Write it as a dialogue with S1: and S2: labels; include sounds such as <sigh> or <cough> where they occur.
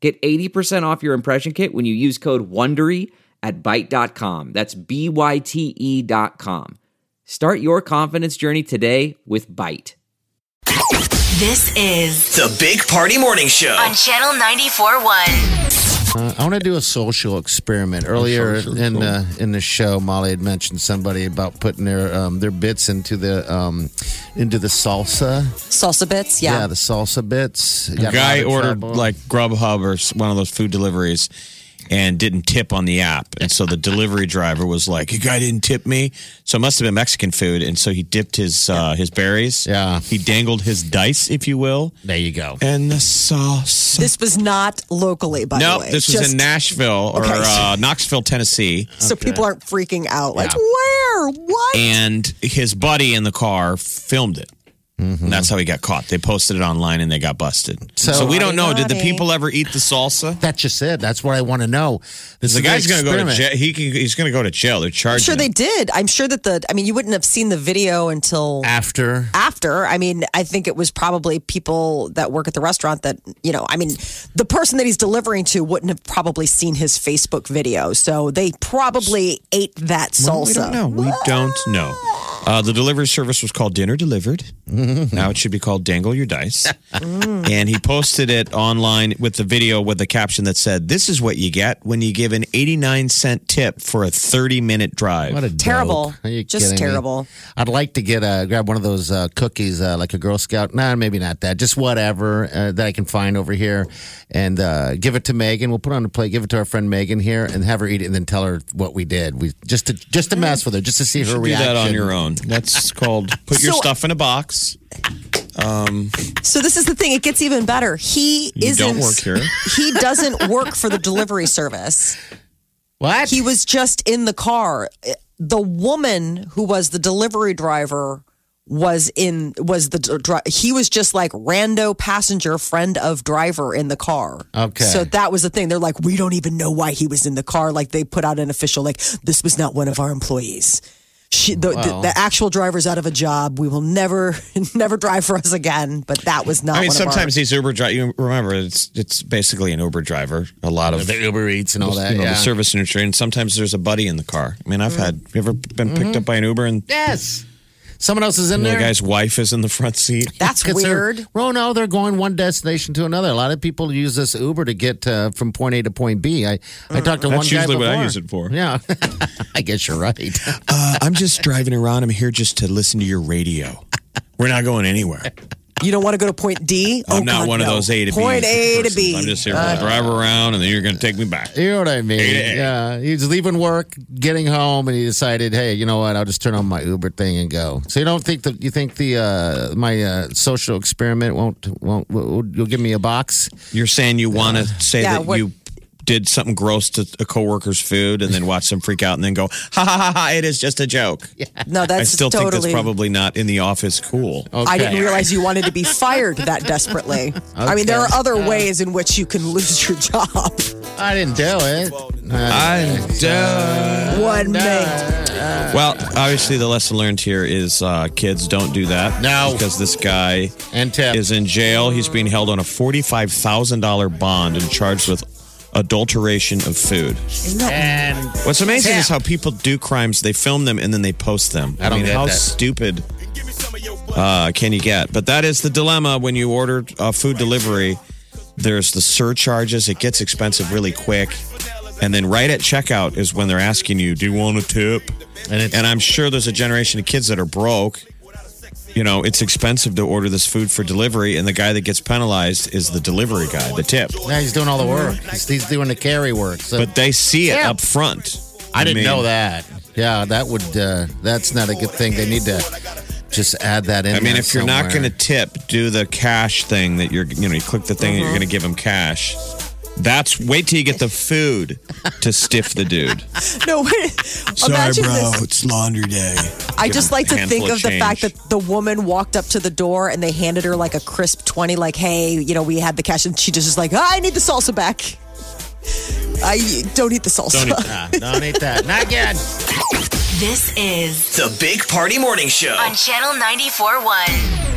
S1: Get 80% off your impression kit when you use code WONDERY at Byte.com. That's B-Y-T-E E dot com. Start your confidence journey today with Byte.
S2: This is
S3: The Big Party Morning Show.
S2: on Channel 94.1.
S4: Uh, I want to do a social experiment. Earlier in the in the show, Molly had mentioned somebody about putting their um, their bits into the um, into the salsa.
S5: Salsa bits, yeah.
S4: the salsa bits.
S6: A
S4: Got in a lot
S6: guy
S4: of
S6: ordered
S4: trouble.
S6: like Grubhub or s- one of those food deliveries and didn't tip on the app. And so the delivery driver was like, "You guy didn't tip me." So it must have been Mexican food. And so he dipped his uh, his berries.
S4: Yeah.
S6: He dangled his dice, if you will,
S4: There you go.
S6: and the sauce.
S5: This was not locally, by
S6: no,
S5: the way.
S6: this was
S5: Just-
S6: in Nashville or
S5: Okay.
S6: uh, Knoxville, Tennessee.
S5: So people aren't freaking out. Like,
S4: Yeah.
S5: where? What?
S6: And his buddy in the car filmed it.
S5: Mm-hmm.
S6: And that's how he got caught. They posted it online and they got busted.
S4: So-
S6: So, we don't know. Did the
S5: Naughty.
S6: people ever eat the salsa?
S4: That's just it. That's what I want to know. This
S6: The
S4: is an
S6: guy's going to go to
S4: experiment.
S6: jail. He can, he's going to go to jail. They're
S5: I'm
S6: charging.
S5: sure they
S6: him.
S5: did. I'm sure that the, I mean, you wouldn't have seen the video until
S4: after.
S5: after. I mean, I think it was probably people that work at the restaurant that, you know, I mean, the person that he's delivering to wouldn't have probably seen his Facebook video. So they probably ate that salsa.
S6: Well, we don't know. We don't know. Uh, the delivery service was called Dinner
S5: <laughs>
S6: Delivered. now it should be called Dangle Your Dice.
S5: Mm.
S6: and he posted it online with the video with the caption that said, "This is what you get when you give an 89 cent tip for a 30 minute drive."
S4: What a
S5: Terrible.
S4: dope. Are you
S5: Just
S4: kidding me?
S5: terrible.
S4: I'd like to get a grab one of those uh, cookies, uh, like a Girl Scout. Nah, maybe not that. Just whatever uh, that I can find over here, and uh, give it to Megan. We'll put it on the plate. Give it to our friend Megan here, and have her eat it, and then tell her what we did. We just to just to
S5: Mm.
S4: mess with her, just to see her
S6: do
S4: reaction.
S6: that on your own. That's called <laughs> put your
S5: So-
S6: stuff in a box.
S5: So this is the thing. It gets even better. He
S6: You
S5: isn't.
S6: don't work here.
S5: <laughs> He doesn't work for the delivery service.
S4: What?
S5: He was just in the car. The woman who was the delivery driver was in was the dri- he was just like rando passenger friend of driver in the car.
S4: Okay.
S5: So that was the thing. They're like we don't even know why he was in the car like they put out an official like this was not one of our employees. She, the,
S4: Wow.
S5: the, the actual driver's out of a job. We will never, <laughs> never drive for us again. But that was not.
S6: I mean,
S5: one of our-
S6: sometimes these Uber drivers. You remember, it's it's basically an Uber driver. A lot of
S4: the Uber Eats and all that.
S6: you know,
S4: yeah.
S6: the service industry, and sometimes there's a buddy in the car. I mean, I've had you ever been
S5: Mm-hmm.
S6: picked up by an Uber and
S4: yes. Someone else is in
S6: the
S4: there.
S6: guy's wife is in the front seat.
S5: That's
S4: Because they're-
S5: weird.
S4: Well, no, they're going one destination to another. A lot of people use this Uber to get uh, from point A to point B. I,
S5: Uh-huh.
S4: I talked to
S6: That's
S4: one guy
S6: usually what I
S4: before.
S6: use it for.
S4: Yeah, <laughs> I guess you're right.
S6: Uh, I'm just driving around. I'm here just to listen to your radio. We're not going anywhere.
S5: You don't want to go to point D.
S6: I'm
S5: Oh,
S6: not
S5: God,
S6: one of
S5: no.
S6: those A to B.
S5: Point A to Uh.
S6: persons.
S5: B.
S6: I'm just here to drive around, and then you're going to take me back.
S4: You know what I mean?
S6: Eight to eight.
S4: Yeah, he's leaving work, getting home, and he decided, hey, you know what? I'll just turn on my Uber thing and go. So you don't think that you think the uh, my uh, social experiment won't won't will- you'll give me a box?
S6: You're saying you want to say
S5: Yeah,
S6: that
S5: what-
S6: you did something gross to a coworker's food, and then watch them freak out, and then go, ha ha ha ha! It is just a joke.
S5: No, that's
S6: I still
S5: totally. Oh,
S6: think that's probably not in the office cool.
S4: Okay.
S5: I didn't realize you wanted to be fired that desperately. I mean, there are other ways in which you can lose your job.
S4: I didn't do it.
S6: I don't.
S5: One man.
S6: Well, obviously, the lesson learned here is uh, kids don't do that.
S4: No.
S6: Because this guy
S4: And tip.
S6: is in jail. He's being held on a $45,000 bond and charged with adulteration of food.
S4: and
S6: What's amazing
S4: Tap.
S6: is how people do crimes, they film them and then they post them.
S4: I don't
S6: mean,
S4: get
S6: how
S4: that.
S6: stupid uh, can you get? But that is the dilemma when you order uh, food delivery. There's the surcharges, it gets expensive really quick. And then right at checkout is when they're asking you, Do you want a tip?
S4: and it's
S6: And I'm sure there's a generation of kids that are broke. You know, it's expensive to order this food for delivery, and the guy that gets penalized is the delivery guy, the tip.
S4: now he's doing all the work. He's, he's doing the carry work. So
S6: But they see it up front.
S4: I didn't
S6: mean,
S4: know that. Yeah, that would. Uh, that's not a good thing. They need to just add that in.
S6: I mean,
S4: there
S6: if you're not
S4: somewhere.
S6: going to tip, do the cash thing that you're, you know, you click the thing that you're going to give them cash. That's wait till you get the food to stiff the dude.
S5: No, <laughs> wait. imagine this.
S3: It's laundry day.
S5: I just like to
S6: handful
S5: think of
S6: of
S5: the fact that
S6: change.
S5: the woman walked up to the door and they handed her like a crisp 20, like, hey, you know, we had the cash. And she just is like, I need the salsa back. I don't eat the salsa.
S6: Don't eat <laughs>
S4: Ah, don't eat that. Not yet.
S2: This is
S7: The Big Party Morning Show.
S2: on Channel 94.1.